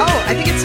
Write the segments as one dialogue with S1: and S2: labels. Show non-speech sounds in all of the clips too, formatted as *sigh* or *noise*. S1: Oh, I think it's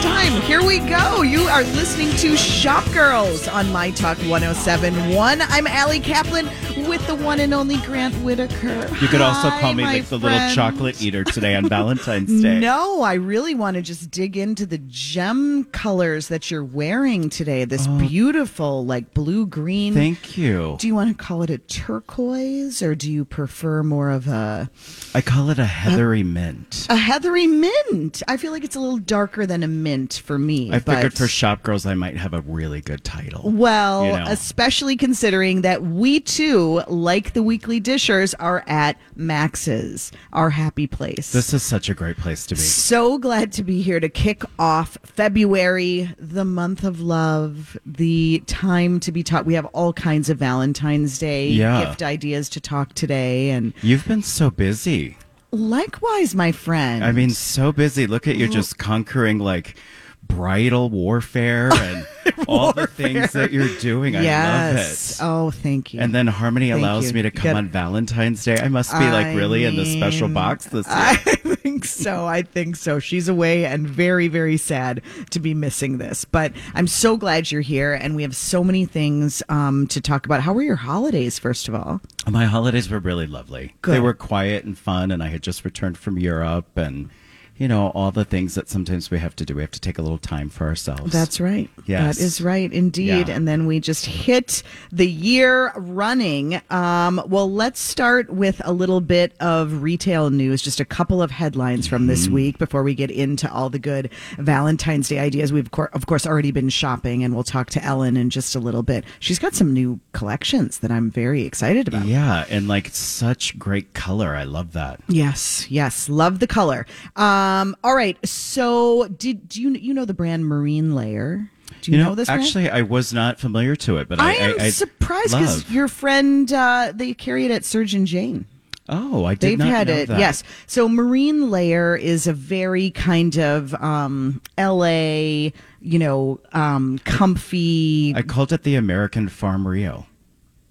S1: time. Here we go. You are listening to Shop Girls on My Talk 1071. I'm Allie Kaplan with the one and only Grant Whitaker.
S2: You could also call me
S1: Hi, my
S2: like the little
S1: friend.
S2: chocolate eater today on Valentine's Day.
S1: *laughs* No, I really want to just dig into the gem colors that you're wearing today. This beautiful, like blue green.
S2: Oh. Thank you.
S1: do you want to call it a turquoise or do you prefer more of a
S2: I call it a heathery mint.
S1: a heathery mint? I feel like it's a little darker than a mint for me.
S2: I figured
S1: but-
S2: for shop girls I might have a really good title.
S1: Well,
S2: you know.
S1: especially considering that we too, like the weekly dishers, are at Max's, our happy place.
S2: this is such a great place to be.
S1: so glad to be here to kick off February, the month of love, the time to be taught. We have all kinds of Valentine's Day
S2: Yeah.
S1: gift ideas to talk today. And
S2: You've been so busy.
S1: likewise, my friend.
S2: I mean, so busy. Look at you just conquering like bridal
S1: *laughs*
S2: warfare and all the things that you're doing.
S1: yes.
S2: I love
S1: Oh,
S2: it.
S1: thank you.
S2: And then Harmony
S1: Thank
S2: allows
S1: you.
S2: me to
S1: You
S2: come
S1: gotta-
S2: on Valentine's Day. I must be
S1: I
S2: like really in the special
S1: mean,
S2: box this year.
S1: I *laughs* think so. I think so. She's away and very, very sad to be missing this. But I'm so glad you're here, and we have so many things um, to talk about. How were your holidays, first of all?
S2: My holidays were really lovely. They
S1: Good.
S2: were quiet and fun, and I had just returned from Europe and, you know, all the things that sometimes we have to do. We have to take a little time for ourselves.
S1: That's right.
S2: Yes.
S1: That is right, indeed.
S2: Yeah.
S1: And then we just hit the year running. Um, well, let's start with a little bit of retail news, just a couple of headlines from this
S2: Mm-hmm.
S1: week before we get into all the good Valentine's Day ideas. We've, of cour- of course, already been shopping, and we'll talk to Ellen in just a little bit. She's got some new collections that I'm very excited about.
S2: Yeah, and like such great color. I love that.
S1: Yes, yes, love the color. Um, all right, so did do you you know the brand Marine Layer? Do you, know, this brand?
S2: actually, I was not familiar to it, but I,
S1: I am
S2: I- I
S1: surprised because
S2: love.
S1: your friend uh, they carry it at Surgeon Jane.
S2: Oh, I did
S1: They've
S2: not
S1: had
S2: know
S1: it,
S2: that.
S1: yes. So Marine Layer is a very kind of um, L.A. you know um, comfy
S2: I called it the American Farm Rio.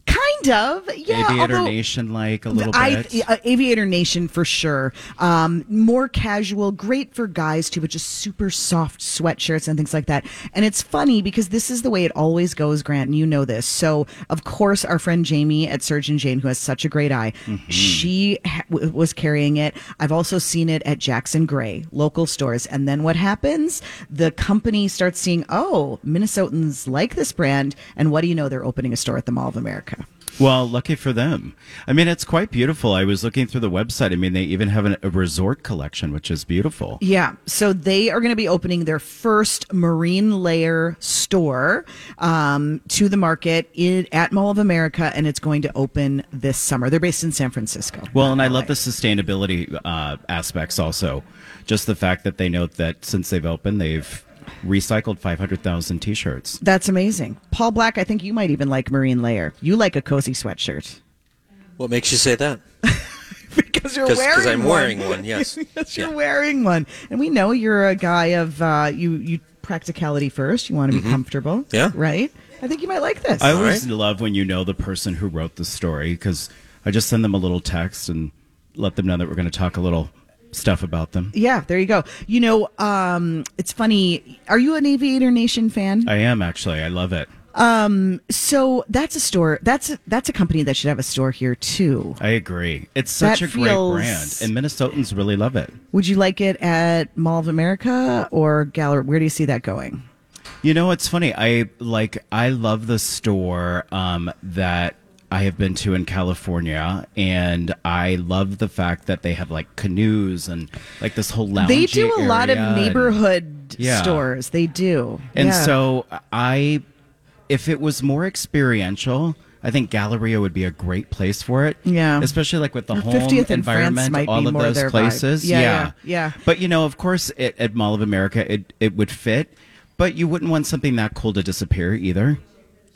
S1: kind of yeah.
S2: Aviator
S1: although-
S2: Nation, like a little
S1: I,
S2: bit.
S1: uh, Aviator Nation for sure. Um, more casual, great for guys too, but just super soft sweatshirts and things like that. And it's funny because this is the way it always goes, Grant, and you know this. So, of course, our friend Jamie at Surgeon Jane, who has such a great eye,
S2: Mm-hmm.
S1: she ha- w- was carrying it. I've also seen it at Jackson Gray, local stores. And then what happens? The company starts seeing, oh, Minnesotans like this brand. And what do you know? They're opening a store at the Mall of America.
S2: Well, lucky for them. I mean, it's quite beautiful. I was looking through the website. I mean, they even have an, a resort collection, which is beautiful.
S1: Yeah. So they are going to be opening their first marine layer store um, to the market in, at Mall of America, and it's going to open this summer. They're based in San Francisco.
S2: Well, and I love the sustainability uh, aspects also. Just the fact that they note that since they've opened, they've recycled 500,000 t shirts.
S1: That's amazing. Paul Black, I think you might even like marine layer. You like a cozy sweatshirt.
S3: What makes you say that?
S1: Because you're
S3: Because I'm
S1: one.
S3: wearing
S1: *laughs*
S3: one, yes.
S1: Because
S3: Yeah.
S1: you're wearing one. And we know you're a guy of uh, you, you practicality first. You want to be comfortable.
S3: Mm-hmm. Yeah.
S1: Right? I think you might like this.
S2: I always love when you know the person who wrote the story because I just send them a little text and let them know that we're going to talk a little stuff about them.
S1: Yeah, there you go. You know, um, it's funny. Are you an Aviator Nation fan?
S2: I am actually. I love it.
S1: so that's a store. That's a, that's a company that should have a store here too.
S2: I agree. It's such
S1: That
S2: a great
S1: feels-
S2: brand, and Minnesotans really love it.
S1: Would you like it at Mall of America or Gallery? Where do you see that going?
S2: You know, it's funny. I like I love the store um, that I have been to in California, and I love the fact that they have like canoes and like this whole lounge.
S1: They do a lot of neighborhood
S2: Yeah.
S1: stores. They do.
S2: And,
S1: Yeah.
S2: so I, if it was more experiential. I think Galleria would be a great place for it.
S1: Yeah.
S2: Especially like with the home
S1: 50th in France
S2: environment,
S1: might be
S2: all of
S1: more
S2: those
S1: their vibe.
S2: places.
S1: Yeah, yeah, yeah.
S2: But you know, of course, it, at Mall of America, it, it would fit, but you wouldn't want something that cool to disappear either.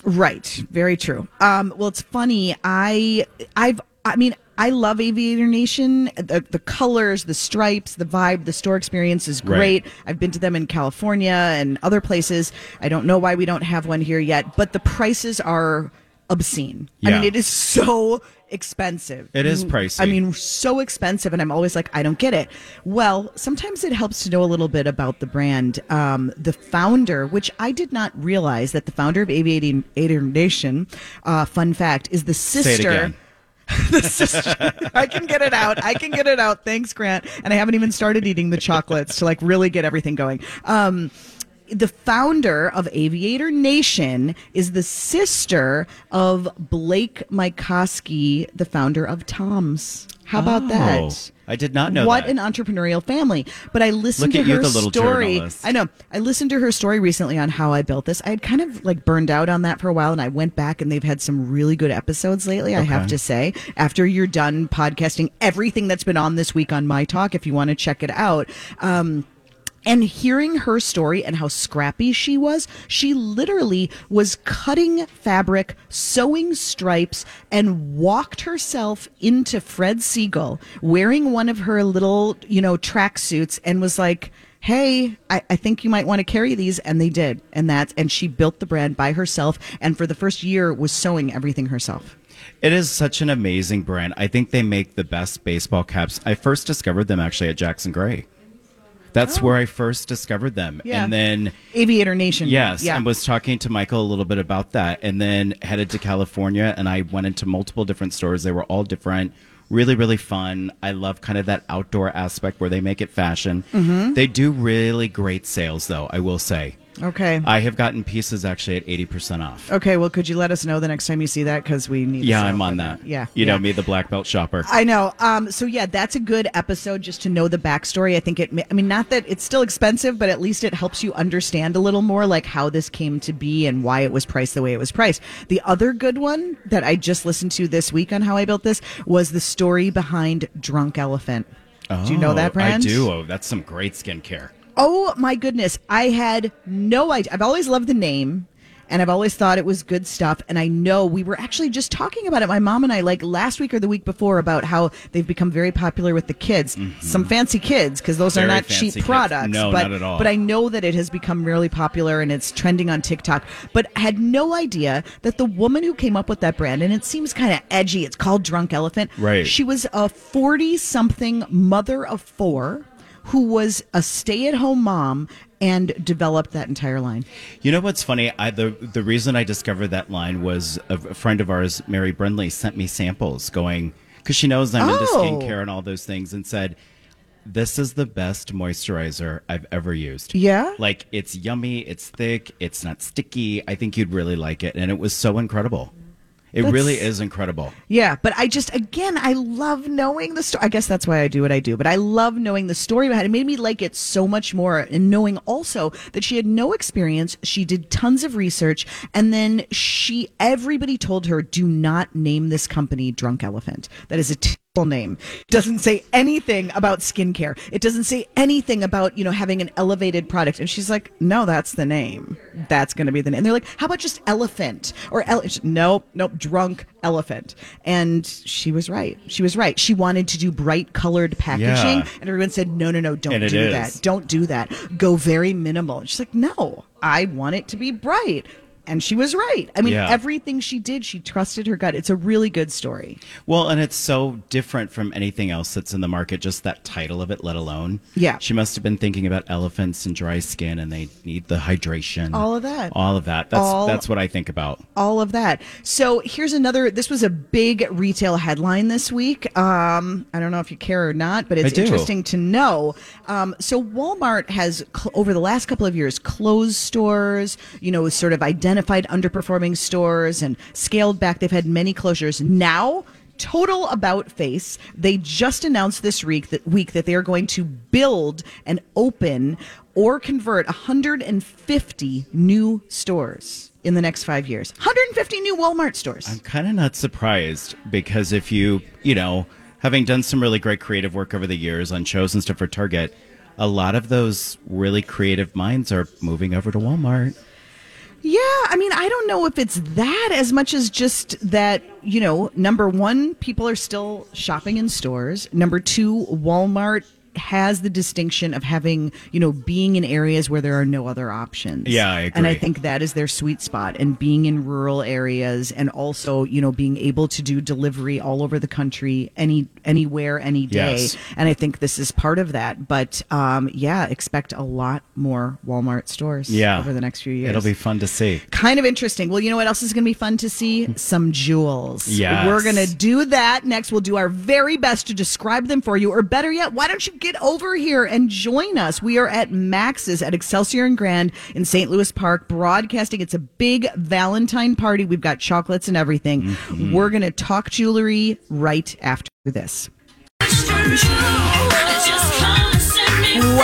S1: Right. Very true. Um, well, it's funny. I I've I mean I love Aviator Nation. The, the colors, the stripes, the vibe, the store experience is
S2: Right.
S1: great. I've been to them in California and other places. I don't know why we don't have one here yet, but the prices are obscene. I
S2: Yeah.
S1: mean, it is so expensive.
S2: It is
S1: Mm,
S2: pricey.
S1: I mean, so expensive, and I'm always like, I don't get it. Well, sometimes it helps to know a little bit about the brand. Um, the founder, which I did not realize that the founder of Aviator Aviator Nation, uh, fun fact, is the sister.
S2: Say it again.
S1: *laughs* the sister. I can get it out. I can get it out. Thanks, Grant. And I haven't even started eating the chocolates to like really get everything going. Um, the founder of Aviator Nation is the sister of Blake Mikoski, the founder of Tom's. How about
S2: Oh,
S1: that?
S2: I did not know
S1: what
S2: that.
S1: an entrepreneurial family. But I listened
S2: Look
S1: to
S2: at you,
S1: her
S2: the little
S1: story.
S2: journalist.
S1: I know. I listened to her story recently on how I built this. I had kind of like burned out on that for a while, and I went back, and they've had some really good episodes lately. I have to say, after you're done podcasting, everything that's been on this week on my talk, if you want to check it out. Um, and hearing her story and how scrappy she was, she literally was cutting fabric, sewing stripes, and walked herself into Fred Siegel wearing one of her little, you know, tracksuits and was like, Hey, I, I think you might want to carry these. And they did. And that's, and she built the brand by herself. And for the first year was sewing everything herself.
S2: It is such an amazing brand. I think they make the best baseball caps. I first discovered them actually at Jackson Gray. That's where I first discovered them.
S1: Oh. Yeah.
S2: And then
S1: Aviator Nation.
S2: Yes,
S1: Yeah.
S2: and was talking to Michael a little bit about that, and then headed to California, and I went into multiple different stores. They were all different, really, really fun. I love kind of that outdoor aspect where they make it fashion.
S1: Mm-hmm.
S2: They do really great sales, though. I will say,
S1: okay.
S2: I have gotten pieces actually at eighty percent off.
S1: okay. Well, could you let us know the next time you see that? Because we need to
S2: Yeah,
S1: sew
S2: I'm
S1: for
S2: on that.
S1: Yeah.
S2: you
S1: yeah.
S2: know me, the black belt shopper.
S1: I know. Um, so yeah, that's a good episode just to know the backstory. I think it. ma- I mean, not that it's still expensive, but at least it helps you understand a little more, like how this came to be and why it was priced the way it was priced. The other good one that I just listened to this week on how I built this was the story behind Drunk Elephant. Uh, do you know that
S2: Oh,
S1: brand?
S2: I do. Oh, that's some great skincare.
S1: Oh my goodness. I had no idea. I've always loved the name and I've always thought it was good stuff. And I know we were actually just talking about it, my mom and I, like last week or the week before, about how they've become very popular with the kids. Some fancy kids, because those are
S2: Mm-hmm. Very
S1: not
S2: fancy
S1: cheap
S2: kids.
S1: products.
S2: No,
S1: but,
S2: not at all.
S1: But I know that it has become really popular and it's trending on TikTok. But I had no idea that the woman who came up with that brand, and it seems kind of edgy, it's called Drunk Elephant.
S2: Right.
S1: She was a 40 something mother of four who was a stay at home mom and developed that entire line.
S2: You know what's funny? I, the the reason I discovered that line was a, a friend of ours, Mary Brindley, sent me samples going because she knows I'm into
S1: Oh.
S2: skincare and all those things, and said, "This is the best moisturizer I've ever used."
S1: Yeah?
S2: like it's yummy, it's thick, it's not sticky. I think you'd really like it, and it was so incredible. It
S1: That's-
S2: really is incredible.
S1: Yeah, but I just again I love knowing the story. I guess that's why I do what I do. But I love knowing the story behind it. It made me like it so much more, and knowing also that she had no experience. She did tons of research, and then she everybody told her, "Do not name this company Drunk Elephant. That is a terrible name. It doesn't say anything about skincare. It doesn't say anything about you know having an elevated product." And she's like, "No, that's the name. That's going to be the name." And they're like, "How about just Elephant or ele- Nope, nope, Drunk Elephant." And she was right. She was right. She wanted to do bright colored packaging,
S2: Yeah.
S1: and everyone said, "No, no, no, don't
S2: And it
S1: do
S2: is.
S1: that. Don't do that. Go very minimal." And she's like, "No, I want it to be bright." And she was right. I mean,
S2: Yeah.
S1: everything she did, she trusted her gut. It's a really good story.
S2: Well, and it's so different from anything else that's in the market, just that title of it, let alone.
S1: Yeah.
S2: She must have been thinking about elephants and dry skin and they need the hydration.
S1: All of that.
S2: All of that. That's
S1: All-
S2: that's what I think about.
S1: all of that. So here's another. This was a big retail headline this week. Um, I don't know if you care or not, but
S2: I
S1: it's
S2: do.
S1: interesting to know. Um, so Walmart has cl- over the last couple of years closed stores. You know, sort of identified underperforming stores and scaled back. They've had many closures now. Total about face. They just announced this week that week that they are going to build and open or convert 150 new stores in the next five years. 150 new Walmart stores.
S2: I'm kind of not surprised because if you, you know, having done some really great creative work over the years on shows and stuff for Target, a lot of those really creative minds are moving over to Walmart.
S1: yeah, I mean, I don't know if it's that as much as just that, you know, number one, people are still shopping in stores. Number two, Walmart has the distinction of having, you know, being in areas where there are no other options.
S2: Yeah, I
S1: And I
S2: agree.
S1: think that is their sweet spot and being in rural areas and also, you know, being able to do delivery all over the country, any anywhere, any day.
S2: Yes.
S1: And I think this is part of that. But um, yeah, expect a lot more Walmart stores
S2: yeah.
S1: over the next few years.
S2: It'll be fun to see.
S1: kind of interesting. Well, you know what else is going to be fun to see? Some jewels.
S2: Yes.
S1: We're going to do that next. We'll do our very best to describe them for you. Or better yet, why don't you get over here and join us? We are at Max's at Excelsior and Grand in St. Louis Park broadcasting. It's a big Valentine party. We've got chocolates and everything. We're going to talk jewelry right after this.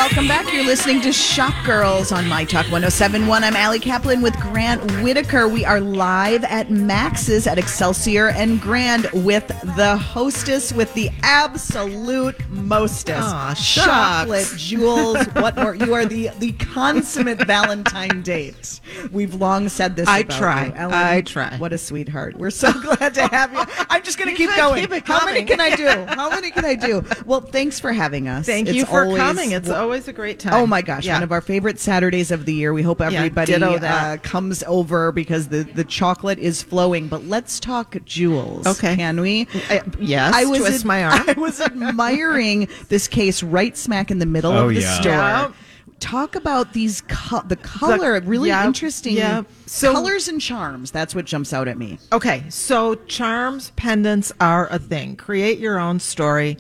S1: Welcome back. You're listening to Shop Girls on My Talk 1071. I'm Allie Kaplan with Grant Whitaker. We are live at Max's at Excelsior and Grand with the hostess, with the absolute mostest.
S4: Aw, shucks.
S1: Chocolate,
S4: *laughs*
S1: jewels, what more? You are the, the consummate Valentine date. We've long said this.
S4: I
S1: about
S4: try.
S1: you. Ellen,
S4: I try.
S1: What a sweetheart. We're so *laughs* glad to have you. I'm just going to
S4: You
S1: keep
S4: said
S1: going.
S4: keep it
S1: How many
S4: coming.
S1: can I do?
S4: *laughs*
S1: How many can I do? Well, thanks for having us.
S4: Thank
S1: It's
S4: you for
S1: always-
S4: coming. It's always a great time.
S1: Oh my gosh,
S4: Yeah.
S1: one of our favorite Saturdays of the year. We hope everybody
S4: ditto
S1: uh,
S4: that.
S1: comes over because the, the chocolate is flowing. But let's talk jewels.
S4: Okay.
S1: Can we?
S4: I- yes, twist
S1: ad- *laughs*
S4: my arm.
S1: I was admiring this case right smack in the middle
S2: Oh,
S1: of the
S2: yeah.
S1: store.
S4: Yep.
S1: Talk about these co- the color, really
S4: yep,
S1: interesting.
S4: yep. So-
S1: colors and charms. That's what jumps out at me.
S4: Okay, so charms, pendants are a thing. Create your own story.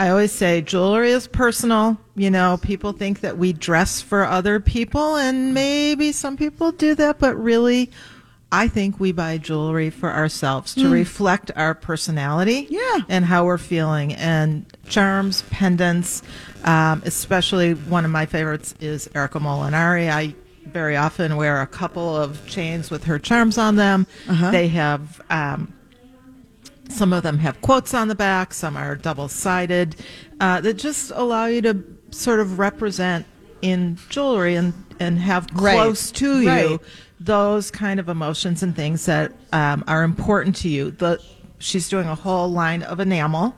S4: I always say jewelry is personal. You know, people think that we dress for other people, and maybe some people do that, but really, I think we buy jewelry for ourselves to reflect our personality
S1: Yeah.
S4: and how we're feeling. And charms, pendants, um, especially one of my favorites is Erica Molinari. I very often wear a couple of chains with her charms on them. They have. Um, some of them have quotes on the back, some are double sided, uh, that just allow you to sort of represent in jewelry and, and have
S1: Right.
S4: close to you
S1: Right.
S4: those kind of emotions and things that um, are important to you. The, she's doing a whole line of enamel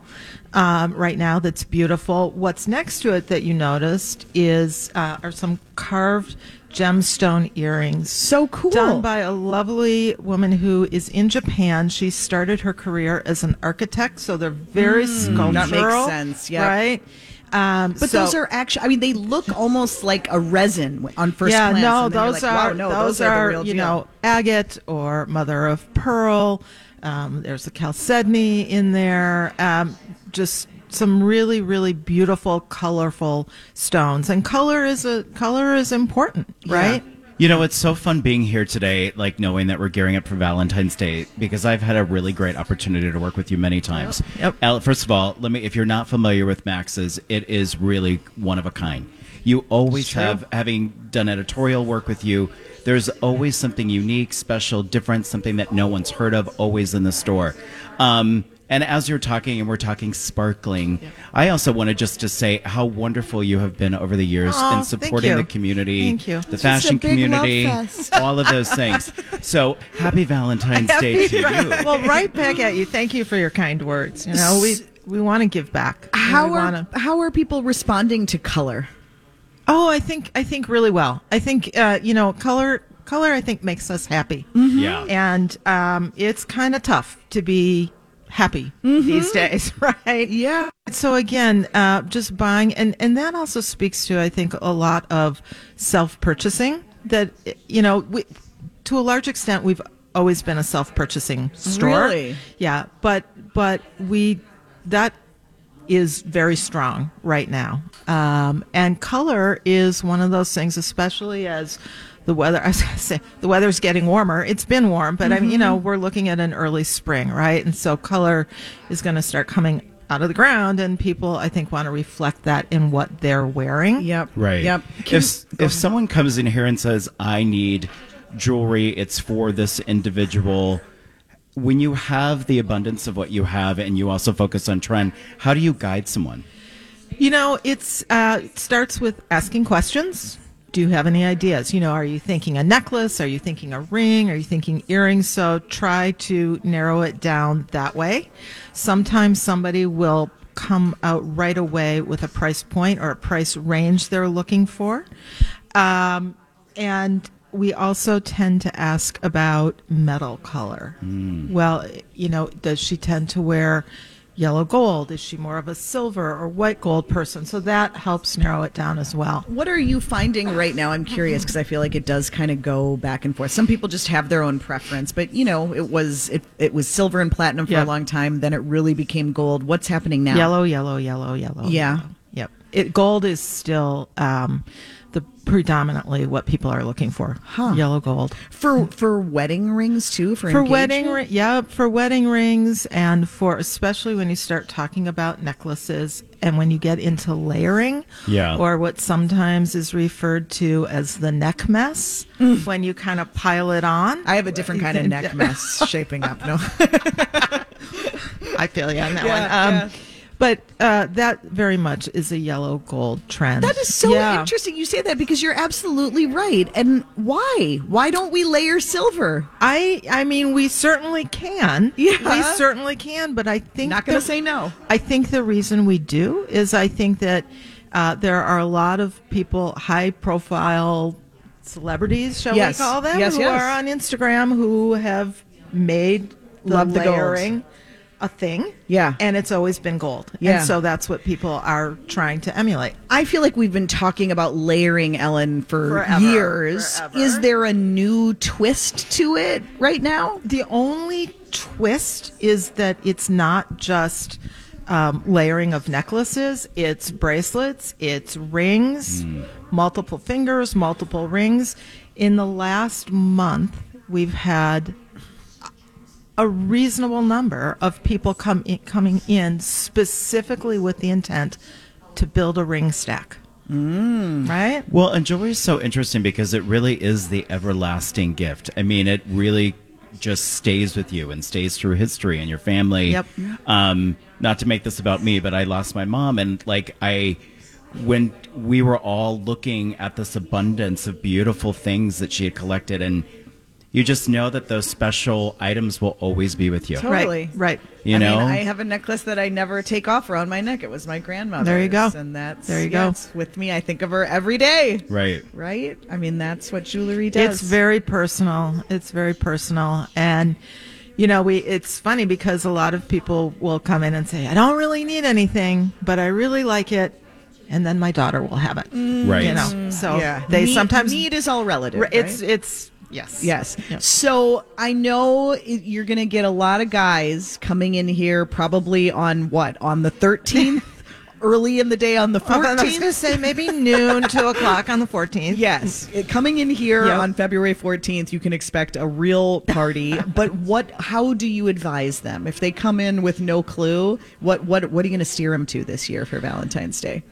S4: um, right now that's beautiful. What's next to it that you noticed is uh, are some carved gemstone earrings.
S1: So cool.
S4: Done by a lovely woman who is in Japan. She started her career as an architect, so they're very sculptural.
S1: that makes sense, yep.
S4: Right. Um,
S1: Mm. But
S4: so-
S1: those are actually, I mean, they look almost like a resin on first
S4: yeah,
S1: glance.
S4: no,
S1: and then you're
S4: those
S1: like,
S4: are
S1: wow, no,
S4: those,
S1: those are,
S4: are,
S1: the real
S4: you
S1: deal.
S4: know agate or mother of pearl. Um, there's a chalcedony in there. Um, just some really really beautiful, colorful stones, and color is a color is important, right?
S2: You know, it's so fun being here today, like knowing that we're gearing up for Valentine's Day, because I've had a really great opportunity to work with you many times.
S4: Yep.
S2: Al, first of all, let me, if you're not familiar with Max's, it is really one of a kind. You always have, having done editorial work with you, there's always something unique, special, different, something that no one's heard of, always in the store. Um, and as you're talking, and we're talking sparkling, I also wanted just to say how wonderful you have been over the years
S4: Aw,
S2: in
S4: thank
S2: supporting
S4: you.
S2: the community,
S4: Thank you.
S2: the fashion
S5: big love
S2: community,
S5: fest.
S2: all of those things. So happy Valentine's
S1: *laughs*
S2: Day to you.
S4: well, right back at you. Thank you for your kind words. You know, we we want to give back. You know,
S1: How
S4: we
S1: are
S4: wanna-
S1: how are people responding to color?
S4: Oh, I think I think really well. I think uh, you know, color color I think makes us happy.
S1: Mm-hmm.
S2: Yeah.
S4: And um, it's kind of tough to be happy these
S1: *laughs*
S4: days, right?
S1: Mm-hmm. Yeah.
S4: So again, uh, just buying, and and that also speaks to I think a lot of self purchasing. That you know, we, to a large extent, we've always been a self purchasing store.
S1: Really?
S4: Yeah, but but we that is very strong right now, um, and color is one of those things, especially as. The weather, *laughs* I was going to say, the weather's getting warmer. It's been warm, but I mean, you know, we're looking at an early spring, right? And so color is going to start coming out of the ground and people i think want to reflect that in what they're wearing
S1: Yep.
S2: Right.
S1: Yep.
S2: if if someone comes in here and says, "I need jewelry. It's for this individual." When you have the abundance of what you have and you also focus on trend, how do you guide someone?
S4: you know it's uh, it starts with asking questions do you have any ideas you know are you thinking a necklace are you thinking a ring are you thinking earrings so try to narrow it down that way sometimes somebody will come out right away with a price point or a price range they're looking for. Um, and we also tend to ask about metal color. Well, you know, does she tend to wear yellow gold? Is she more of a silver or white gold person? So that helps narrow it down as well.
S1: What are you finding right now? I'm curious because I feel like it does kind of go back and forth. Some people just have their own preference, but you know, it was it, it was silver and platinum for
S4: Yeah.
S1: a long time. Then it really became gold. What's happening now?
S4: Yellow, yellow, yellow, yellow.
S1: Yeah.
S4: yellow. Yep. It, gold is still um, the predominantly what people are looking for.
S1: Huh.
S4: Yellow gold.
S1: for for wedding rings too. For
S4: for
S1: engagement?
S4: wedding ri- yeah for wedding rings and for especially when you start talking about necklaces and when you get into layering
S2: Yeah.
S4: or what sometimes is referred to as the neck mess when you kind of pile it on
S1: I have a different kind of *laughs* neck mess shaping up. No,
S4: I feel you on that
S1: Yeah,
S4: one um
S1: yeah.
S4: but uh, that very much is a yellow gold trend
S1: *laughs* that is so
S4: Yeah.
S1: interesting. You say that because you're absolutely right. And why? Why don't we layer silver?
S4: I I mean we certainly can.
S1: Yeah.
S4: We certainly can, but I think
S1: Not gonna
S4: the-
S1: say no.
S4: I think the reason we do is I think that uh, there are a lot of people high profile celebrities, shall
S1: Yes.
S4: we call them,
S1: Yes,
S4: who
S1: yes.
S4: are on Instagram who have made the
S1: Love the gold.
S4: layering a thing.
S1: Yeah.
S4: And it's always been gold.
S1: Yeah.
S4: And so that's what people are trying to emulate.
S1: I feel like we've been talking about layering Ellen for
S4: Forever.
S1: years.
S4: Forever.
S1: Is there a new twist to it right now?
S4: The only twist is that it's not just um, layering of necklaces, it's bracelets, it's rings, multiple fingers, multiple rings. In the last month, we've had a reasonable number of people come in, coming in specifically with the intent to build a ring stack. Mm. Right?
S2: Well, and jewelry is so interesting because it really is the everlasting gift. I mean, it really just stays with you and stays through history and your family.
S4: Yep.
S2: Um, not to make this about me, but I lost my mom, and like I, when we were all looking at this abundance of beautiful things that she had collected, and you just know that those special items will always be with you.
S1: Totally.
S4: Right. Right.
S2: You
S1: I
S2: know,
S1: mean, I have a necklace that I never take off around my neck. It was my grandmother's.
S4: There you go.
S1: And that's
S4: There you
S1: yeah,
S4: go.
S1: it's with me. I think of her every day.
S2: right?
S1: Right? I mean, that's what jewelry does.
S4: It's very personal. It's very personal. And you know, we it's funny because a lot of people will come in and say, "I don't really need anything, but I really like it." And then my daughter will have it.
S2: Right.
S4: You know. So
S1: Mm. yeah.
S4: they
S1: Need-
S4: sometimes
S1: need is all relative.
S4: it's
S1: right?
S4: it's yes.
S1: Yes.
S4: Yeah.
S1: So I know it- you're going to get a lot of guys coming in here probably on what? On the *laughs* 13th? early in the day on the
S4: I was
S1: 14th?
S4: going to say maybe noon, two o'clock on the fourteenth.
S1: Yes, it- coming in here
S4: Yep.
S1: on February 14th, you can expect a real party.
S4: *laughs*
S1: but what? How do you advise them if they come in with no clue? What what what are you going to steer them to this year for Valentine's Day?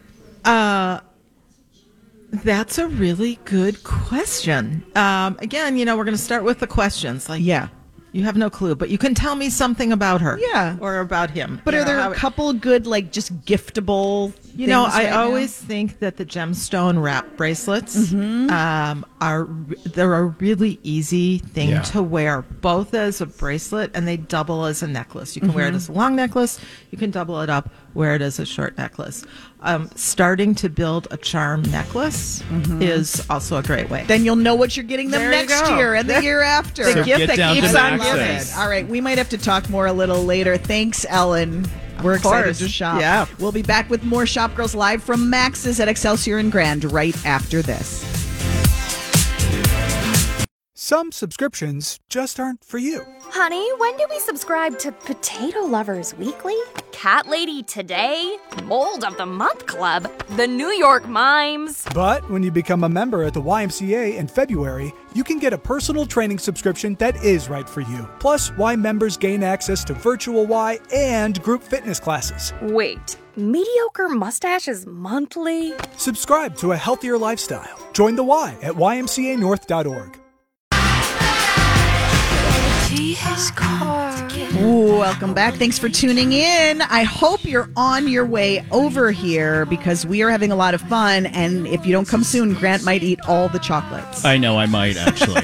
S4: That's a really good question. Um, again, you know, we're going to start with the questions. Like,
S1: Yeah.
S4: you have no clue, but you can tell me something about her.
S1: Yeah.
S4: Or about him.
S1: But
S4: You
S1: are
S4: know,
S1: there
S4: how
S1: a
S4: it-
S1: couple good like just giftable?
S4: You know,
S1: things
S4: I
S1: right now?
S4: always think that the gemstone wrap bracelets
S1: Mm-hmm.
S4: um, are re- they're a really easy thing
S2: Yeah.
S4: to wear, both as a bracelet and they double as a necklace. You can wear it
S1: Mm-hmm.
S4: as a long necklace. You can double it up, wear it as a short necklace. Um, starting to build a charm necklace
S1: Mm-hmm.
S4: is also a great way.
S1: Then you'll know what you're getting them
S4: There you
S1: next
S4: go.
S1: year and
S4: *laughs*
S1: the year after.
S4: The gift
S2: get
S4: that
S2: down to
S4: keeps
S2: the
S4: on
S2: accent.
S4: giving.
S1: All right, we might have to talk more a little later. Thanks, Ellen. We're excited
S4: course.
S1: to shop.
S4: Yeah.
S1: We'll be back with more Shop Girls Live from Max's at Excelsior and Grand right after this.
S5: Some subscriptions just aren't for you.
S6: Honey, when do we subscribe to Potato Lovers Weekly?
S7: Cat Lady Today, Mold of the Month Club, The New York Mimes.
S5: But when you become a member at the YMCA in February, you can get a personal training subscription that is right for you. Plus, Y members gain access to virtual Y and group fitness classes.
S7: Wait,
S6: Mediocre mustaches monthly?
S5: Subscribe to a healthier lifestyle. Join the Y at ymcanorth.org.
S1: Ooh, welcome back. Thanks for tuning in. I hope you're on your way over here because we are having a lot of fun. And if you don't come soon, Grant might eat all the chocolates. *laughs*
S2: I know I might actually.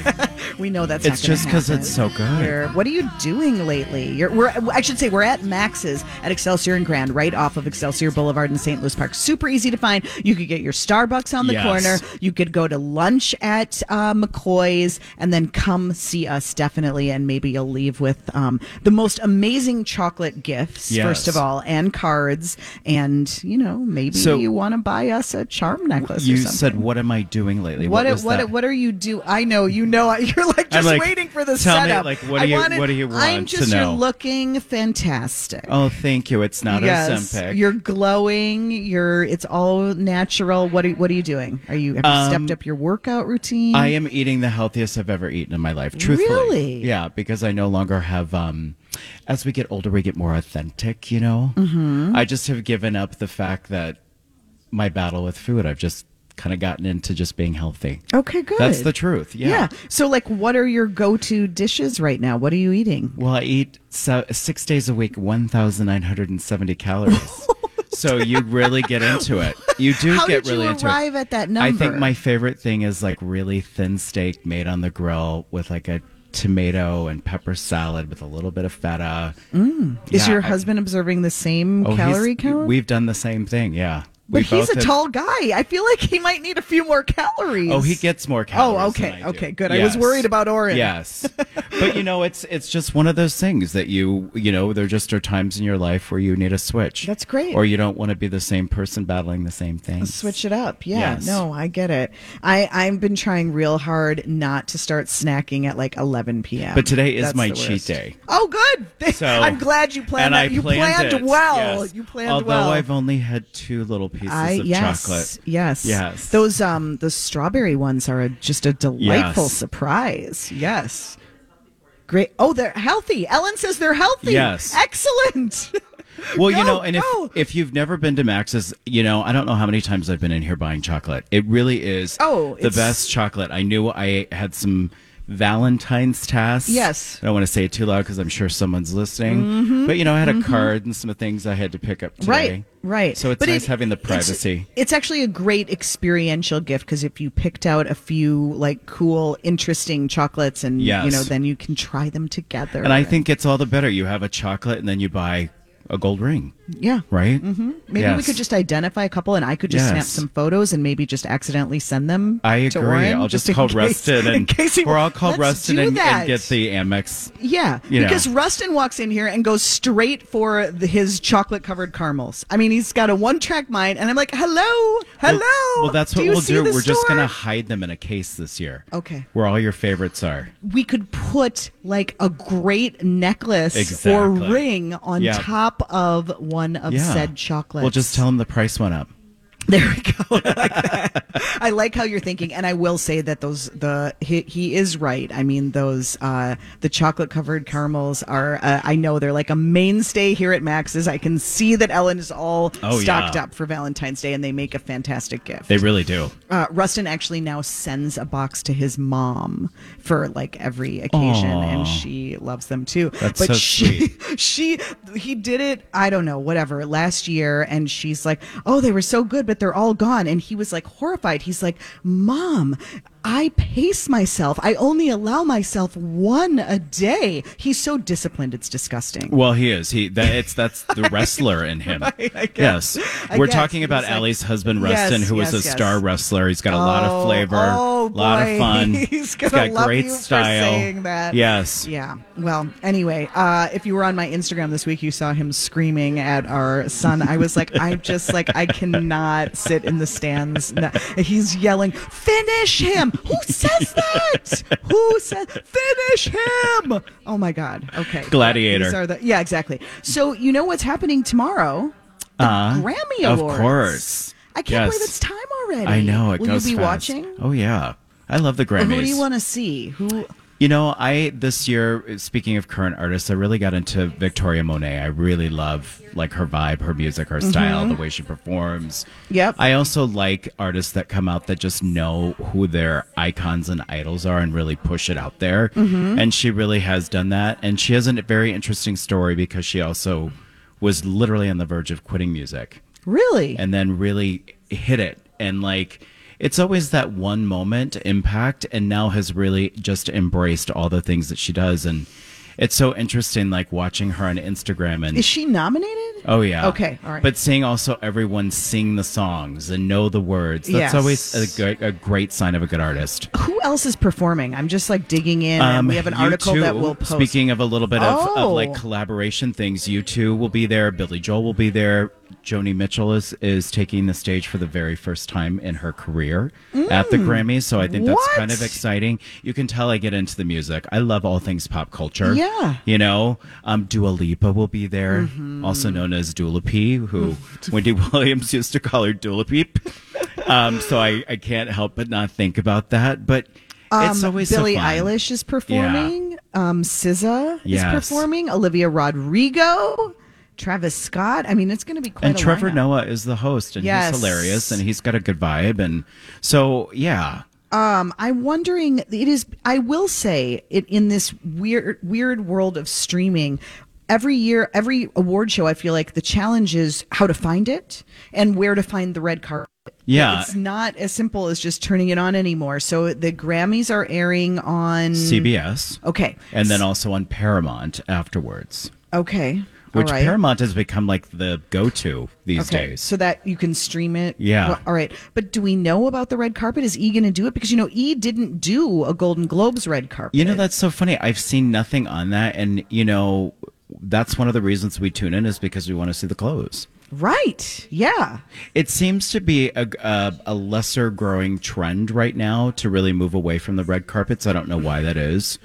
S1: We know that's
S2: It's
S1: not gonna
S2: just 'cause
S1: happen.
S2: it's so good.
S1: We're- what are you doing lately? You're, we're I should say we're at Max's at Excelsior and Grand, right off of Excelsior Boulevard in St. Louis Park. Super easy to find. You could get your Starbucks on the
S2: Yes.
S1: corner. You could go to lunch at uh, McCoy's and then come see us definitely, and maybe you'll leave with um, the most amazing chocolate gifts
S2: Yes.
S1: first of all, and cards, and you know maybe
S2: So-
S1: you want to buy us a charm necklace. or
S2: You
S1: something.
S2: said, "What am I doing lately?"
S1: What
S2: What
S1: what,
S2: was
S1: what,
S2: that?
S1: what are you do? I know you know. I- *laughs* You're like just
S2: like,
S1: waiting for this
S2: tell me,
S1: setup.
S2: like, what
S1: I
S2: do you-
S1: wanted-
S2: what do you
S1: I'm
S2: want to
S1: just you're
S2: know?
S1: looking fantastic.
S2: Oh, thank you. It's not
S1: yes,
S2: a Zempic.
S1: you're glowing. You're it's all natural. What are what are you doing? Are you have you stepped up your workout routine?
S2: Um, I am eating the healthiest I've ever eaten in my life. Truthfully,
S1: Really?
S2: yeah, because I no longer have. Um, as we get older, we get more authentic. You know, mm-hmm. I just have given up the fact that my battle with food. I've just kind of gotten into just being healthy.
S1: okay, good.
S2: That's the truth. Yeah.
S1: yeah. So like, what are your go-to dishes right now? What are you eating?
S2: Well, I eat so, six days a week, one thousand nine hundred and
S1: *laughs*
S2: seventy calories. so you really get into it. You do
S1: How
S2: get
S1: did
S2: really
S1: you
S2: into it.
S1: arrive at that number?
S2: I think my favorite thing is like really thin steak made on the grill with like a tomato and pepper salad with a little bit of feta.
S1: Mm. is
S2: Yeah,
S1: your
S2: I-
S1: husband observing the same
S2: Oh, he's-
S1: calorie count?
S2: We've done the same thing, yeah.
S1: But
S2: We
S1: he's
S2: both
S1: a
S2: have-
S1: tall guy. I feel like he might need a few more calories.
S2: Oh, he gets more calories.
S1: Oh,
S2: than
S1: okay,
S2: I do.
S1: okay, good. I was worried about Oren. *laughs*
S2: Yes, but you know, it's it's just one of those things that you you know there just are times in your life where you need a switch.
S1: That's great.
S2: Or you don't want to be the same person battling the same thing.
S1: Switch it up. Yeah.
S2: Yes.
S1: No, I get it. I I've been trying real hard not to start snacking at like 11 p.m.
S2: But today is
S1: That's
S2: my
S1: the
S2: cheat
S1: worst.
S2: day.
S1: Oh, good. *laughs*
S2: So
S1: I'm glad you planned
S2: and I
S1: that. You planned,
S2: it,
S1: well.
S2: yes.
S1: You planned
S2: Although
S1: well.
S2: I've only had two little pieces
S1: I
S2: of
S1: yes,
S2: chocolate.
S1: yes,
S2: Yes.
S1: Those um, the strawberry ones are a, just a delightful
S2: Yes.
S1: surprise. Yes, great. Oh, they're healthy. Ellen says they're healthy.
S2: Yes.
S1: excellent.
S2: Well,
S1: Go,
S2: you know, and
S1: go.
S2: if if you've never been to Max's, you know, I don't know how many times I've been in here buying chocolate. It really is
S1: Oh,
S2: the
S1: it's-
S2: best chocolate. I knew I had some Valentine's tasks.
S1: Yes. Mm-hmm.
S2: I don't want to say it too loud because I'm sure someone's listening. But you know, I had a card and some things I had to pick up today.
S1: Right, right.
S2: So it's
S1: But
S2: nice
S1: it-
S2: having the
S1: it's-
S2: privacy.
S1: It's, actually a great experiential gift because if you picked out a few like cool, interesting chocolates, and you
S2: Yes.
S1: know, then you can try them together.
S2: And I think it's all the better. You have a chocolate and then you buy a gold ring,
S1: yeah,
S2: right? Mm-hmm.
S1: Maybe we could just identify a couple, and I could just snap
S2: Yes.
S1: some photos, and maybe just accidentally send them.
S2: I
S1: To
S2: agree.
S1: Oren,
S2: I'll just,
S1: in
S2: call
S1: case-
S2: Rustin
S1: *laughs*
S2: and
S1: in case he,
S2: or I'll call
S1: Let's
S2: Rustin
S1: do
S2: and,
S1: that.
S2: and get the Amex.
S1: yeah.
S2: you know.
S1: Because Rustin walks in here and goes straight for the, his chocolate covered caramels. I mean, he's got a one track mind, and I'm like, hello, hello.
S2: Well, well, that's what
S1: you
S2: we'll
S1: see
S2: do.
S1: the
S2: We're just
S1: store?" Oh.
S2: gonna hide them in a case this year.
S1: Okay.
S2: Where all your favorites are.
S1: we could put like a great necklace or
S2: Exactly.
S1: ring on
S2: Yeah.
S1: top of one of said chocolates.
S2: We'll just tell them the price went up.
S1: *laughs* There we go. I like that. I like how you're thinking, and I will say that those the he, he is right. I mean, those uh, the chocolate covered caramels are. Uh, I know they're like a mainstay here at Max's. I can see that Ellen is all
S2: Oh,
S1: stocked
S2: yeah.
S1: up for Valentine's Day, and they make a fantastic gift.
S2: They
S1: *laughs*
S2: really do.
S1: Uh, Rustin actually now sends a box to his mom for like every occasion, and she loves them too.
S2: That's
S1: but
S2: so
S1: she, *laughs* she, he did it. I don't know, whatever. Last year, and she's like, "Oh, they were so good, but they're all gone." And he was like horrified. He's like, "Mom." I pace myself. I only allow myself one a day. He's so disciplined, it's disgusting.
S2: Well, he is. He that it's
S1: *laughs*
S2: that's the wrestler in him.
S1: I guess.
S2: Yes,
S1: I
S2: we're
S1: guess.
S2: talking about
S1: He's like-
S2: Ali's husband
S1: Yes,
S2: Rustin, who is
S1: yes,
S2: a
S1: yes.
S2: star wrestler. He's got a lot
S1: Oh,
S2: of flavor, a
S1: oh,
S2: lot
S1: boy.
S2: of
S1: *laughs*
S2: fun.
S1: He's
S2: got
S1: gonna love
S2: great
S1: you for
S2: style.
S1: saying that.
S2: Yes,
S1: Yeah. Well, anyway, uh, if you were on my Instagram this week, you saw him screaming at our son. I was like, I'm just like, I cannot sit in the stands. No- He's yelling, finish him. Who says that? Who says, finish him? Oh my God. Okay.
S2: Gladiator.
S1: These are the- yeah, exactly. So, you know what's happening tomorrow? The Grammy
S2: Uh-huh. of
S1: Awards.
S2: course.
S1: I can't
S2: Yes.
S1: believe it's time already.
S2: I know it
S1: Will
S2: goes
S1: you be
S2: fast.
S1: watching?
S2: Oh yeah, I love the Grammys.
S1: Who do you want to see? Who?
S2: You know, I this year, speaking of current artists, I really got into Victoria Monet. I really love like her vibe, her music, her style, the way she performs.
S1: Mm-hmm. Yep.
S2: I also like artists that come out that just know who their icons and idols are and really push it out there.
S1: Mm-hmm.
S2: And she really has done that. And she has a very interesting story because she also was literally on the verge of quitting music
S1: Really?
S2: and then really hit it and like it's always that one moment impact, and now has really just embraced all the things that she does. And it's so interesting, like watching her on Instagram and
S1: Is she nominated?
S2: Oh yeah.
S1: Okay, all right.
S2: But seeing also everyone sing the songs and know the words.
S1: Yes.
S2: That's always a great, a great sign of a good artist.
S1: Who else is performing? I'm just like digging in. and we have an
S2: Um, you
S1: article
S2: two,
S1: that we'll post.
S2: Speaking of a little bit of, of
S1: Oh.
S2: like collaboration things, you two will be there. Billy Joel will be there. Joni Mitchell is is taking the stage for the very first time in her career at the Grammys, so I think that's
S1: Mm. What?
S2: kind of exciting. You can tell I get into the music. I love all things pop culture.
S1: Yeah. Mm-hmm.
S2: you know, um, Dua Lipa will be there, also known as Dula P,
S1: *laughs*
S2: who Wendy Williams used to call her Dula Peep. Um, so I, I can't help but not think about that. But it's
S1: Um,
S2: always so
S1: Billie
S2: fun.
S1: Eilish is performing. Um, SZA
S2: Yes.
S1: is performing. Olivia Rodrigo, Travis Scott. I mean, it's going to be quite.
S2: and
S1: a
S2: Trevor
S1: lineup.
S2: Noah is the host, and
S1: Yes.
S2: he's hilarious, and he's got a good vibe, and so yeah,
S1: Um, I'm wondering. It is. I will say it in this weird, weird world of streaming. Every year, every award show, I feel like the challenge is how to find it and where to find the red carpet.
S2: Yeah.
S1: it's not as simple as just turning it on anymore. So the Grammys are airing on
S2: CBS,
S1: Okay,
S2: and then also on Paramount afterwards,
S1: okay,
S2: which
S1: all right.
S2: Paramount has become like the go-to these
S1: Okay,
S2: days.
S1: so that you can stream it.
S2: Yeah.
S1: Well, all right. But do we know about the red carpet? Is E going to do it? Because you know E didn't do a Golden Globes red carpet.
S2: You know, that's so funny. I've seen nothing on that. And, you know, that's one of the reasons we tune in is because we want to see the clothes.
S1: right? Yeah.
S2: It seems to be a, a, a lesser growing trend right now to really move away from the red carpets. I don't know why that is,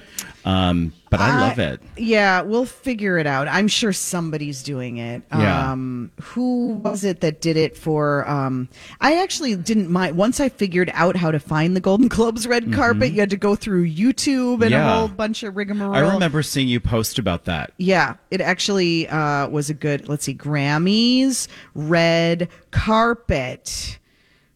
S2: um, but I love it.
S1: Yeah, we'll figure it out. I'm sure somebody's doing it.
S2: Yeah.
S1: Um who was it that did it for um I actually didn't mind once I figured out how to find the Golden Globes red carpet, you had to go through YouTube and
S2: Mm-hmm. Yeah.
S1: a whole bunch of rigmarole.
S2: I remember seeing you post about that.
S1: Yeah, it actually uh, was a good. Let's see, Grammys, red carpet.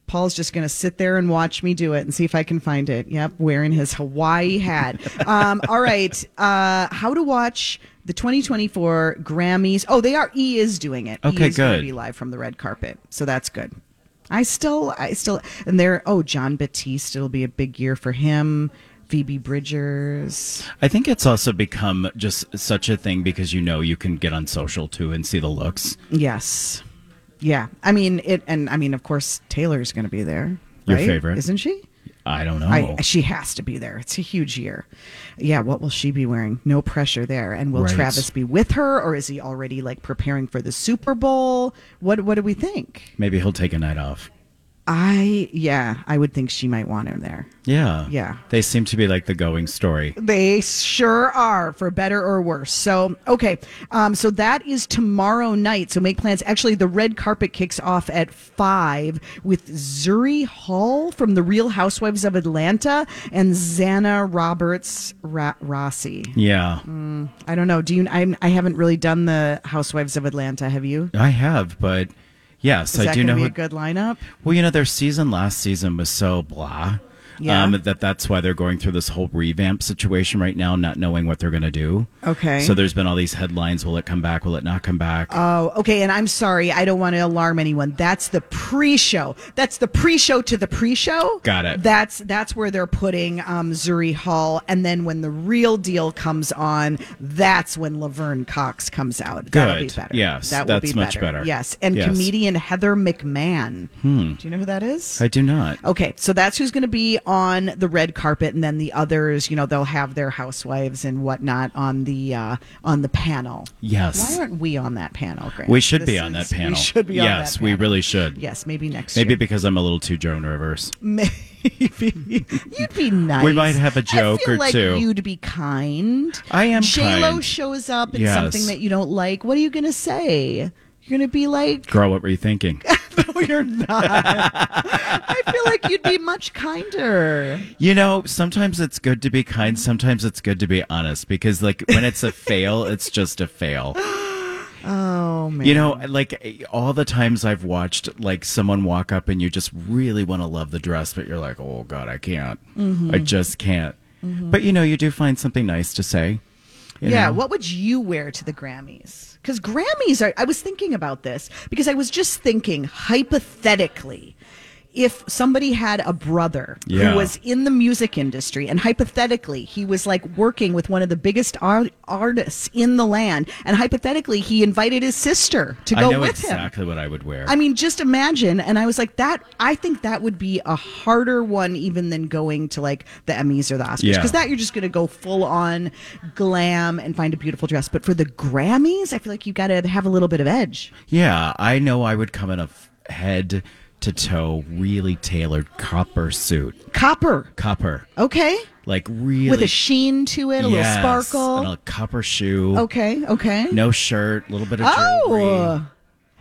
S1: Paul's just going to sit there and watch me do it and see if I can find it. Yep, wearing his Hawaii
S2: *laughs*
S1: hat. Um, all right, uh, how to watch the 2024 Grammys? Oh, they are. E is doing it.
S2: Okay,
S1: e is gonna
S2: good.
S1: Be live from the red carpet, so that's good. I still, I still, and there. Oh, John Batiste. It'll be a big year for him. Phoebe Bridgers.
S2: I think it's also become just such a thing because, you know, you can get on social too and see the looks.
S1: Yes. Yeah. I mean it and I mean of course Taylor's going to be there.
S2: Your
S1: right?
S2: favorite.
S1: Isn't she?
S2: I don't know.
S1: I, she has to be there. It's a huge year. Yeah, what will she be wearing? No pressure there. And will
S2: Right.
S1: Travis be with her or is he already like preparing for the Super Bowl? What what do we think?
S2: Maybe he'll take a night off.
S1: I yeah, I would think she might want him there.
S2: Yeah.
S1: Yeah.
S2: They seem to be like the going story.
S1: They sure are, for better or worse. So, okay. Um, so that is tomorrow night. So make plans. Actually, the red carpet kicks off at five with Zuri Hall from The Real Housewives of Atlanta and Zana Roberts Ra- Rossi.
S2: Yeah.
S1: Mm. I don't know. Do you? I'm, I haven't really done the Housewives of Atlanta. Have you?
S2: I have, but yes,
S1: Is
S2: I
S1: that
S2: do
S1: gonna
S2: know.
S1: be a
S2: it-
S1: good lineup?
S2: well, you know, their season last season was so blah.
S1: Yeah.
S2: Um, that that's why they're going through this whole revamp situation right now, not knowing what they're going to do.
S1: Okay.
S2: So there's been all these headlines: Will it come back? Will it not come back?
S1: Oh, okay. And I'm sorry. I don't want to alarm anyone. That's the pre-show. That's the pre-show to the pre-show.
S2: Got it.
S1: That's that's where they're putting um, Zuri Hall, and then when the real deal comes on, that's when Laverne Cox comes out. That'll be
S2: Good.
S1: better.
S2: Yes,
S1: that will
S2: that's
S1: be
S2: much better.
S1: Yes, and
S2: Yes. Hmm.
S1: comedian Heather McMahon. Do you know who that is?
S2: I do not.
S1: Okay, so that's who's going to be on the red carpet, and then the others, you know, they'll have their housewives and whatnot on the uh, on the panel.
S2: Yes.
S1: Why aren't we on that panel, Grant?
S2: We should be
S1: This
S2: on that
S1: is-
S2: panel.
S1: We should be
S2: yes,
S1: on that
S2: we
S1: panel.
S2: really should.
S1: Yes, maybe next
S2: Maybe
S1: year.
S2: because I'm a little too Joan Rivers. *laughs*
S1: Maybe. You'd be nice.
S2: might have a
S1: I
S2: joke
S1: feel
S2: or
S1: like
S2: two.
S1: You'd be kind.
S2: I am
S1: J-Lo
S2: kind.
S1: shows up in
S2: Yes.
S1: something that you don't like. What are you going to say? You're going to be like,
S2: Girl, what were
S1: *laughs*
S2: you thinking?
S1: no, you're
S2: *laughs*
S1: not. *laughs* I feel like you'd be much kinder.
S2: You know, sometimes it's good to be kind, sometimes it's good to be honest because like
S1: *laughs*
S2: when it's a fail, it's just a fail.
S1: *gasps*
S2: Oh
S1: Oh,
S2: man. You know, like all the times I've watched like someone walk up and you just really want to love the dress, but you're like, "Oh god, I can't.
S1: Mm-hmm.
S2: I just can't." But you know, you do find something nice to say. you
S1: yeah,
S2: know?
S1: what would you wear to the Grammys? Because Grammys are, I was thinking about this because I was just thinking hypothetically, if somebody had a brother
S2: Yeah.
S1: who was in the music industry and hypothetically he was like working with one of the biggest art- artists in the land and hypothetically he invited his sister to go
S2: I know
S1: with him
S2: exactly what I would wear.
S1: I mean, just imagine. And I was like, that, I think that would be a harder one even than going to like the Emmys or the Oscars.
S2: Yeah.
S1: Because that you're just going to go full on glam and find a beautiful dress. But for the Grammys, I feel like you got to have a little bit of edge.
S2: yeah, I know I would come in a f- head to toe, really tailored copper suit.
S1: Copper.
S2: Copper.
S1: Okay.
S2: Like really.
S1: With a sheen to it, a
S2: Yes,
S1: little
S2: And
S1: sparkle.
S2: a copper shoe.
S1: Okay. Okay.
S2: No shirt, a little bit of jewelry.
S1: oh.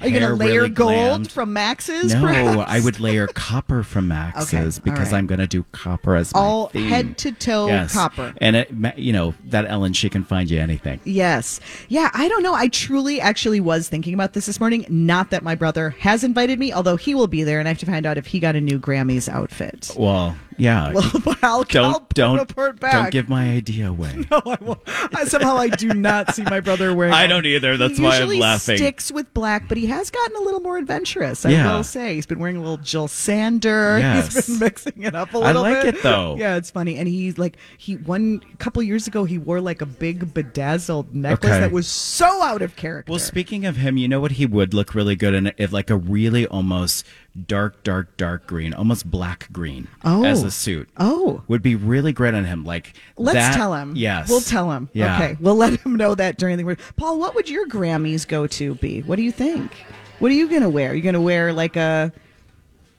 S1: Are you going
S2: hair
S1: to layer
S2: really
S1: gold
S2: glammed.
S1: from Max's?
S2: No,
S1: *laughs* perhaps?
S2: I would layer copper from
S1: *laughs*
S2: Max's
S1: Okay, all
S2: because
S1: right.
S2: I'm going to do copper as my
S1: All
S2: theme.
S1: head to toe
S2: Yes.
S1: copper.
S2: And it, ma- you know that Ellen, she can find you anything.
S1: Yes. Yeah, I don't know. I truly actually was thinking about this this morning. Not that my brother has invited me, although he will be there, and I have to find out if he got a new Grammy's outfit. *laughs*
S2: Well, yeah.
S1: Well, I'll,
S2: don't
S1: I'll
S2: don't
S1: report back.
S2: don't give my idea away.
S1: I, somehow I do not see my
S2: *laughs*
S1: brother wearing.
S2: I
S1: one.
S2: don't either. That's
S1: he
S2: why I'm
S1: usually
S2: laughing.
S1: Sticks with black, but he has gotten a little more adventurous. I
S2: Yeah.
S1: will say he's been wearing a little Jill Sander. *laughs*
S2: Yes.
S1: He's been mixing it up a
S2: I
S1: little
S2: like
S1: bit.
S2: it, though.
S1: *laughs* Yeah, it's funny. And he like he one couple years ago he wore like a big bedazzled necklace
S2: Okay.
S1: that was so out of character.
S2: Well, speaking of him, you know what he would look really good in? If like a really almost dark, dark, dark green, almost black green
S1: Oh.
S2: as a suit.
S1: Oh.
S2: would be really great on him. Like
S1: Let's
S2: that-
S1: tell him.
S2: Yes,
S1: We'll tell him.
S2: Yeah.
S1: Okay. We'll let him know that during the Paul, what would your Grammys go to be? What do you think? What are you gonna wear? Are you gonna wear like a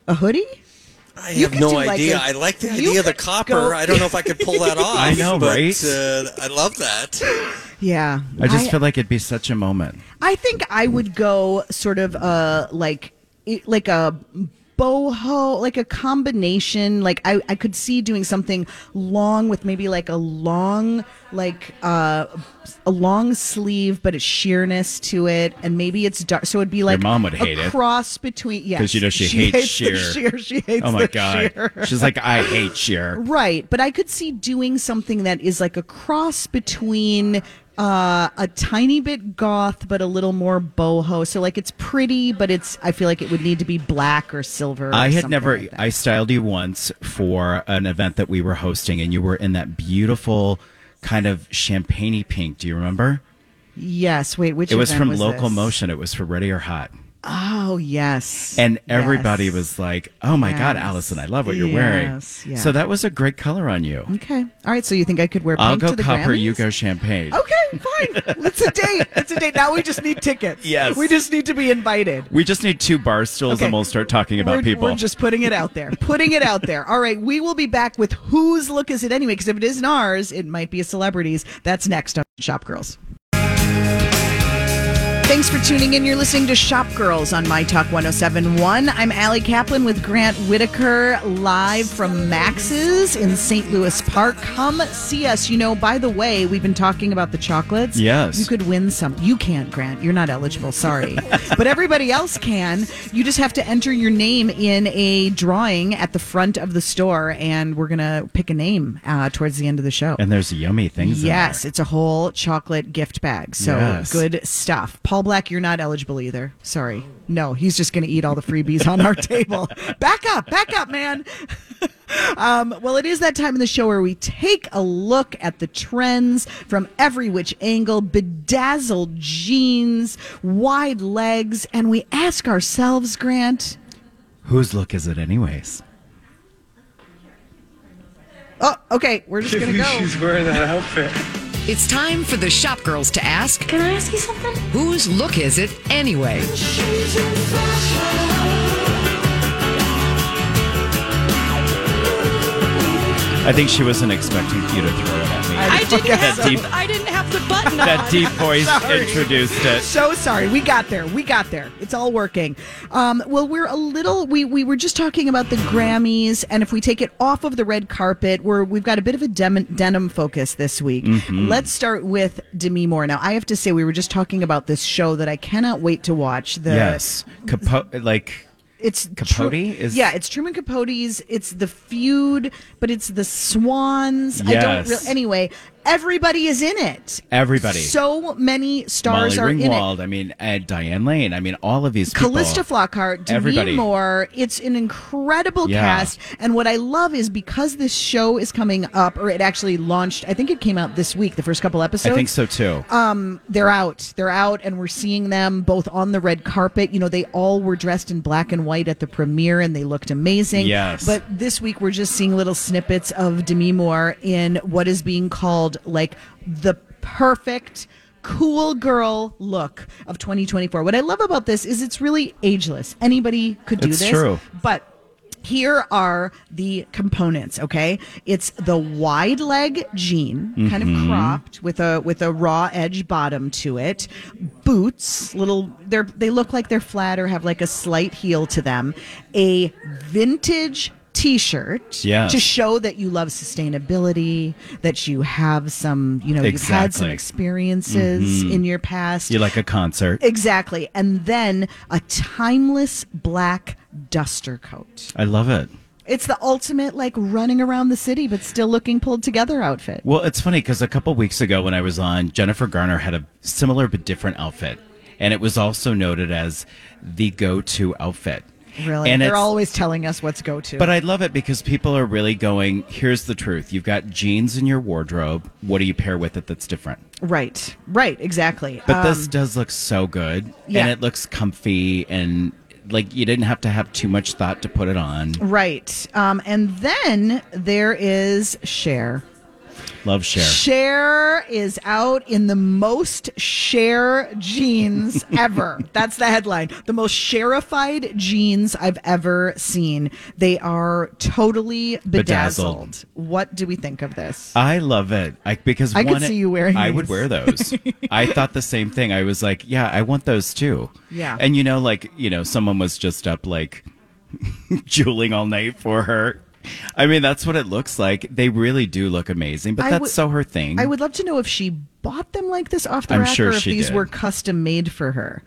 S1: a hoodie?
S3: I
S1: You
S3: have
S1: could
S3: no
S1: do like
S3: idea.
S1: a-
S3: I like the
S1: you
S3: idea of the
S1: could
S3: copper.
S1: go-
S3: I don't know if I could
S1: *laughs*
S3: pull that off.
S2: I know,
S3: but,
S2: right?
S3: Uh, I love that.
S1: Yeah.
S2: I just feel like it'd be such a moment.
S1: I think I would go sort of uh like it- like a boho like a combination like I, I could see doing something long with maybe like a long like uh a long sleeve but a sheerness to it and maybe it's dark so it'd be like
S2: mom would
S1: a
S2: hate it.
S1: cross between yes
S2: 'Cause you know she hates
S1: the
S2: sheer.
S1: sheer she hates
S2: Oh my
S1: the
S2: god,
S1: sheer.
S2: she's like, I
S1: *laughs*
S2: hate sheer.
S1: Right, but I could see doing something that is like a cross between uh, a tiny bit goth, but a little more boho. So like it's pretty, but it's I feel like it would need to be black or silver. or
S2: I had
S1: something
S2: never.
S1: like that.
S2: I styled you once for an event that we were hosting, and you were in that beautiful kind of champagne pink. Do you remember?
S1: yes. Wait, which
S2: It was
S1: event
S2: from
S1: was
S2: Local
S1: this?
S2: Motion. It was for Ready or Hot.
S1: Oh yes,
S2: And everybody
S1: Yes.
S2: was like, "Oh my God,
S1: Yes.
S2: Allison, I love what you're wearing."
S1: Yes, yes.
S2: So that was a great color on you.
S1: okay. All right, so you think I could wear?
S2: I'll
S1: pink
S2: go
S1: to the
S2: copper,
S1: Grammys?
S2: you go champagne.
S1: Okay, fine. It's a date. It's a date. Now we just need tickets.
S2: *laughs* Yes.
S1: we just need to be invited.
S2: We just need two bar stools,
S1: Okay.
S2: and we'll start talking about
S1: we're,
S2: people.
S1: We're just putting it out there. putting it out there. All right, we will be back with whose look is it anyway? Because if it isn't ours, it might be a celebrity's. That's next on Shop Girls. Thanks for tuning in. You're listening to Shop Girls on My Talk 1071. I'm Allie Kaplan with Grant Whitaker live from Max's in St. Louis Park. Come see us. You know, by the way, we've been talking about the chocolates.
S2: Yes.
S1: You could win some. You can't, Grant. You're not eligible. Sorry. but everybody else can. You just have to enter your name in a drawing at the front of the store, and we're going to pick a name uh, towards the end of the show.
S2: and there's yummy things. in
S1: Yes,
S2: there.
S1: it's a whole chocolate gift bag. So
S2: Yes.
S1: good stuff. Paul Black, you're not eligible either. Sorry. No, he's just going to eat all the freebies on our table. Back up, back up, man. *laughs* Um, well, it is that time in the show where we take a look at the trends from every which angle, bedazzled jeans, wide legs, and we ask ourselves, Grant,
S2: whose look is it, anyways?
S1: oh, okay, we're just going to go.
S8: wearing that outfit.
S9: It's time for the shop girls to ask,
S7: Can I ask you something?
S9: whose look is it anyway?
S2: I think she wasn't expecting you to throw it at me.
S1: I didn't
S2: that deep,
S10: I didn't have the button on.
S2: that *laughs* deep voice
S1: Sorry.
S2: introduced it.
S1: so sorry. We got there. We got there. It's all working. Um, well, we're a little. We we were just talking about the Grammys, and if we take it off of the red carpet, we're we've got a bit of a dem- denim focus this week.
S2: Mm-hmm.
S1: Let's start with Demi Moore. Now, I have to say, we were just talking about this show that I cannot wait to watch. The
S2: Yes, Capo- like
S1: it's
S2: Capote
S1: Tru-
S2: is-
S1: yeah, it's Truman Capote's. It's the feud, but it's the Swans. I don't
S2: Yes.
S1: really. Anyway, Everybody is in it.
S2: Everybody.
S1: So many stars
S2: Molly
S1: are in it.
S2: Ringwald. I mean, and Diane Lane. I mean, all of these people.
S1: Callista Flockhart, Demi
S2: Everybody.
S1: Moore. It's an incredible
S2: Yeah.
S1: cast. And what I love is because this show is coming up, or it actually launched, I think it came out this week, the first couple
S2: I
S1: episodes.
S2: think so too.
S1: Uh, They're out. They're out, and we're seeing them both on the red carpet. You know, they all were dressed in black and white at the premiere, and they looked amazing.
S2: Yes.
S1: But this week, we're just seeing little snippets of Demi Moore in what is being called like the perfect. Cool girl look of 2024. What I love about this is it's really ageless. Anybody could do
S2: It's
S1: this.
S2: true.
S1: But here are the components, okay? It's the wide leg jean, kind
S2: Mm-hmm.
S1: of cropped with a with a raw edge bottom to it. Boots, little they're they look like they're flat or have like a slight heel to them. A vintage t-shirt
S2: Yes.
S1: to show that you love sustainability, that you have some, you know, you've had some
S2: Exactly. Mm-hmm.
S1: experiences in your past.
S2: you like a concert.
S1: Exactly. And then a timeless black duster coat.
S2: I love it.
S1: It's the ultimate like running around the city but still looking pulled together outfit.
S2: Well, it's funny because a couple weeks ago when I was on, Jennifer Garner had a similar but different outfit, and it was also noted as the go-to outfit.
S1: Really.
S2: and
S1: They're
S2: it's-
S1: always telling us what's go to.
S2: But I love it because people are really going. Here's the truth: you've got jeans in your wardrobe. What do you pair with it that's different?
S1: right. Right, exactly.
S2: But
S1: Um,
S2: this does look so good,
S1: yeah.
S2: and it looks comfy, and like you didn't have to have too much thought to put it on.
S1: right. Um and then there is Cher.
S2: Love share.
S1: Cher is out in the most Cher
S2: *laughs*
S1: jeans ever. That's the headline. The most Cherified jeans I've ever seen. They are totally bedazzled.
S2: Bedazzled.
S1: What do we think of this?
S2: I love it. I because
S1: I could
S2: one,
S1: see you wearing
S2: I would
S1: these.
S2: wear
S1: *laughs*
S2: those. I thought the same thing. I was like, yeah, I want those too.
S1: Yeah.
S2: And you know, like you know, someone was just up like *laughs* jeweling all night for her. I mean, that's what it looks like. They really do look amazing, but
S1: I
S2: that's
S1: would-
S2: so her thing.
S1: I would love to know if she bought them like this off the
S2: I'm
S1: rack
S2: sure
S1: or if
S2: she
S1: these
S2: did.
S1: were custom made for her.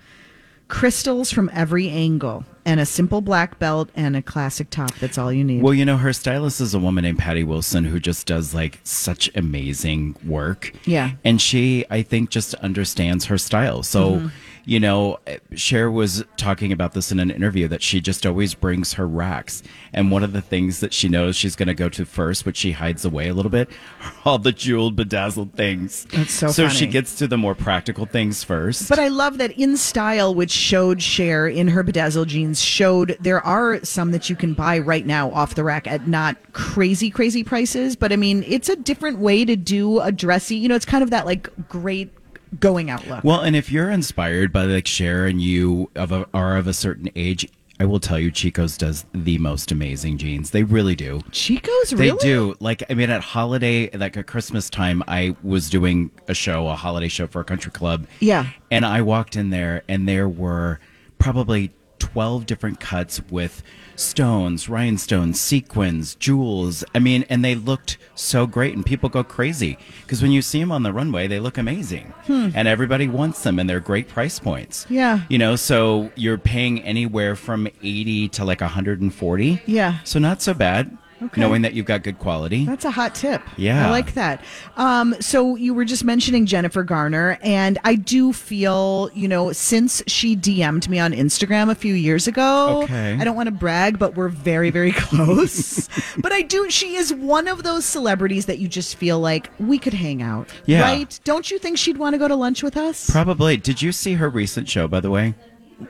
S1: Crystals from every angle and a simple black belt and a classic top. That's all you need.
S2: Well, you know, her stylist is a woman named Patty Wilson who just does like such amazing work.
S1: Yeah.
S2: And she, I think, just understands her style. So,
S1: Mm-hmm.
S2: you know, Cher was talking about this in an interview that she just always brings her racks. And one of the things that she knows she's going to go to first, which she hides away a little bit, *laughs* are all the jeweled, bedazzled things.
S1: That's so
S2: So she
S1: funny.
S2: gets to the more practical things first.
S1: But I love that in style, which showed Cher in her bedazzled jeans, showed there are some that you can buy right now off the rack at not crazy, crazy prices. But I mean, it's a different way to do a dressy, you know, it's kind of that like great going out look.
S2: Well, and if you're inspired by like Cher and you of a, are of a certain age, I will tell you, Chico's does the most amazing jeans. They really do.
S1: Chico's
S2: They
S1: really?
S2: do. Like, I mean, at holiday, like at Christmas time, I was doing a show, a holiday show for a country club.
S1: Yeah.
S2: And I walked in there, and there were probably 12 different cuts with stones, rhinestones, sequins, jewels. I mean, and they looked so great, and people go crazy because when you see them on the runway, they look amazing. And everybody wants them, and they're great price points.
S1: Hmm. Yeah.
S2: You know, so you're paying anywhere from 80 to like 140.
S1: Yeah.
S2: So not so bad.
S1: Okay.
S2: Knowing that you've got good quality.
S1: That's a hot tip.
S2: Yeah.
S1: I like that. Um, so you were just mentioning Jennifer Garner, and I do feel, you know, since she DM'd me on Instagram a few years ago,
S2: Okay.
S1: I don't want to brag, but we're very, very *laughs* close. but I do, she is one of those celebrities that you just feel like we could hang out.
S2: Yeah.
S1: Right? Don't you think she'd want to go to lunch with us?
S2: Probably. Did you see her recent show, by the way?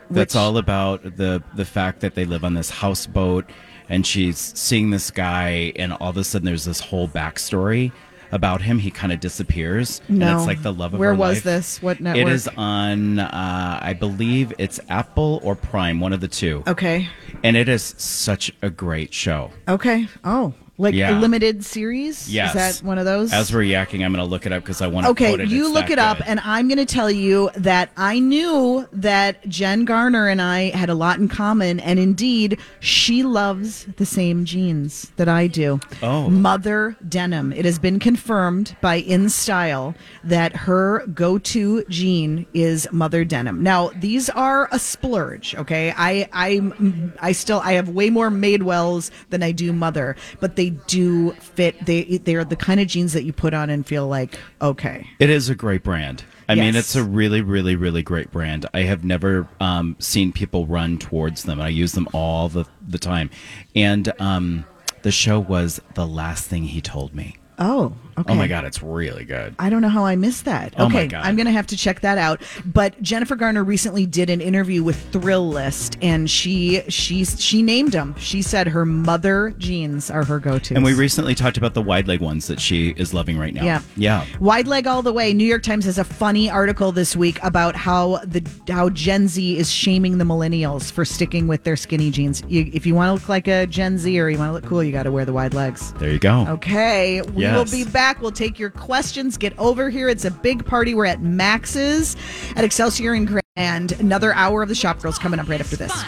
S2: That's
S1: Which-
S2: all about the the fact that they live on this houseboat, and she's seeing this guy, and all of a sudden there's this whole backstory about him. He kind of disappears,
S1: No.
S2: and it's like the love of
S1: Where
S2: her
S1: was
S2: life.
S1: this? What
S2: It
S1: network?
S2: is on, uh, I believe it's Apple or Prime, one of the two.
S1: okay.
S2: And it is such a great show.
S1: Okay. Oh. Like a
S2: Yeah.
S1: limited series?
S2: Yes.
S1: Is that one of those?
S2: As we're yakking, I'm going to look it up because I want to.
S1: Okay,
S2: quote it.
S1: you
S2: It's
S1: look
S2: that
S1: it up,
S2: good.
S1: and I'm going to tell you that I knew that Jen Garner and I had a lot in common, and indeed, she loves the same jeans that I do.
S2: Oh.
S1: Mother Denim. It has been confirmed by In Style that her go to jean is Mother Denim. Now, these are a splurge, okay? I, I, I still, I have way more Madewells than I do Mother, but they they do fit. They they are the kind of jeans that you put on and feel like okay.
S2: It is a great brand. I mean,
S1: Yes.
S2: it's a really, really, really great brand. I have never um, seen people run towards them. I use them all the, the time. And um, the show was the last thing he told me.
S1: Oh, okay.
S2: Oh my God, it's really good.
S1: I don't know how I missed that.
S2: Oh my
S1: okay,
S2: God.
S1: I'm going to have to check that out. But Jennifer Garner recently did an interview with Thrill List, and she she she named them. She said her mother jeans are her go-to.
S2: And we recently talked about the wide leg ones that she is loving right now.
S1: Yeah.
S2: Yeah.
S1: Wide leg all the way. New York Times has a funny article this week about how the how Gen Z is shaming the millennials for sticking with their skinny jeans. You, if you want to look like a Gen Z or you want to look cool, you got to wear the wide legs.
S2: There you go.
S1: Okay, we
S2: Yes.
S1: will be back. We'll take your questions. Get over here. It's a big party. We're at Max's at Excelsior and Grand. Another hour of the Shop Girls coming up right after this.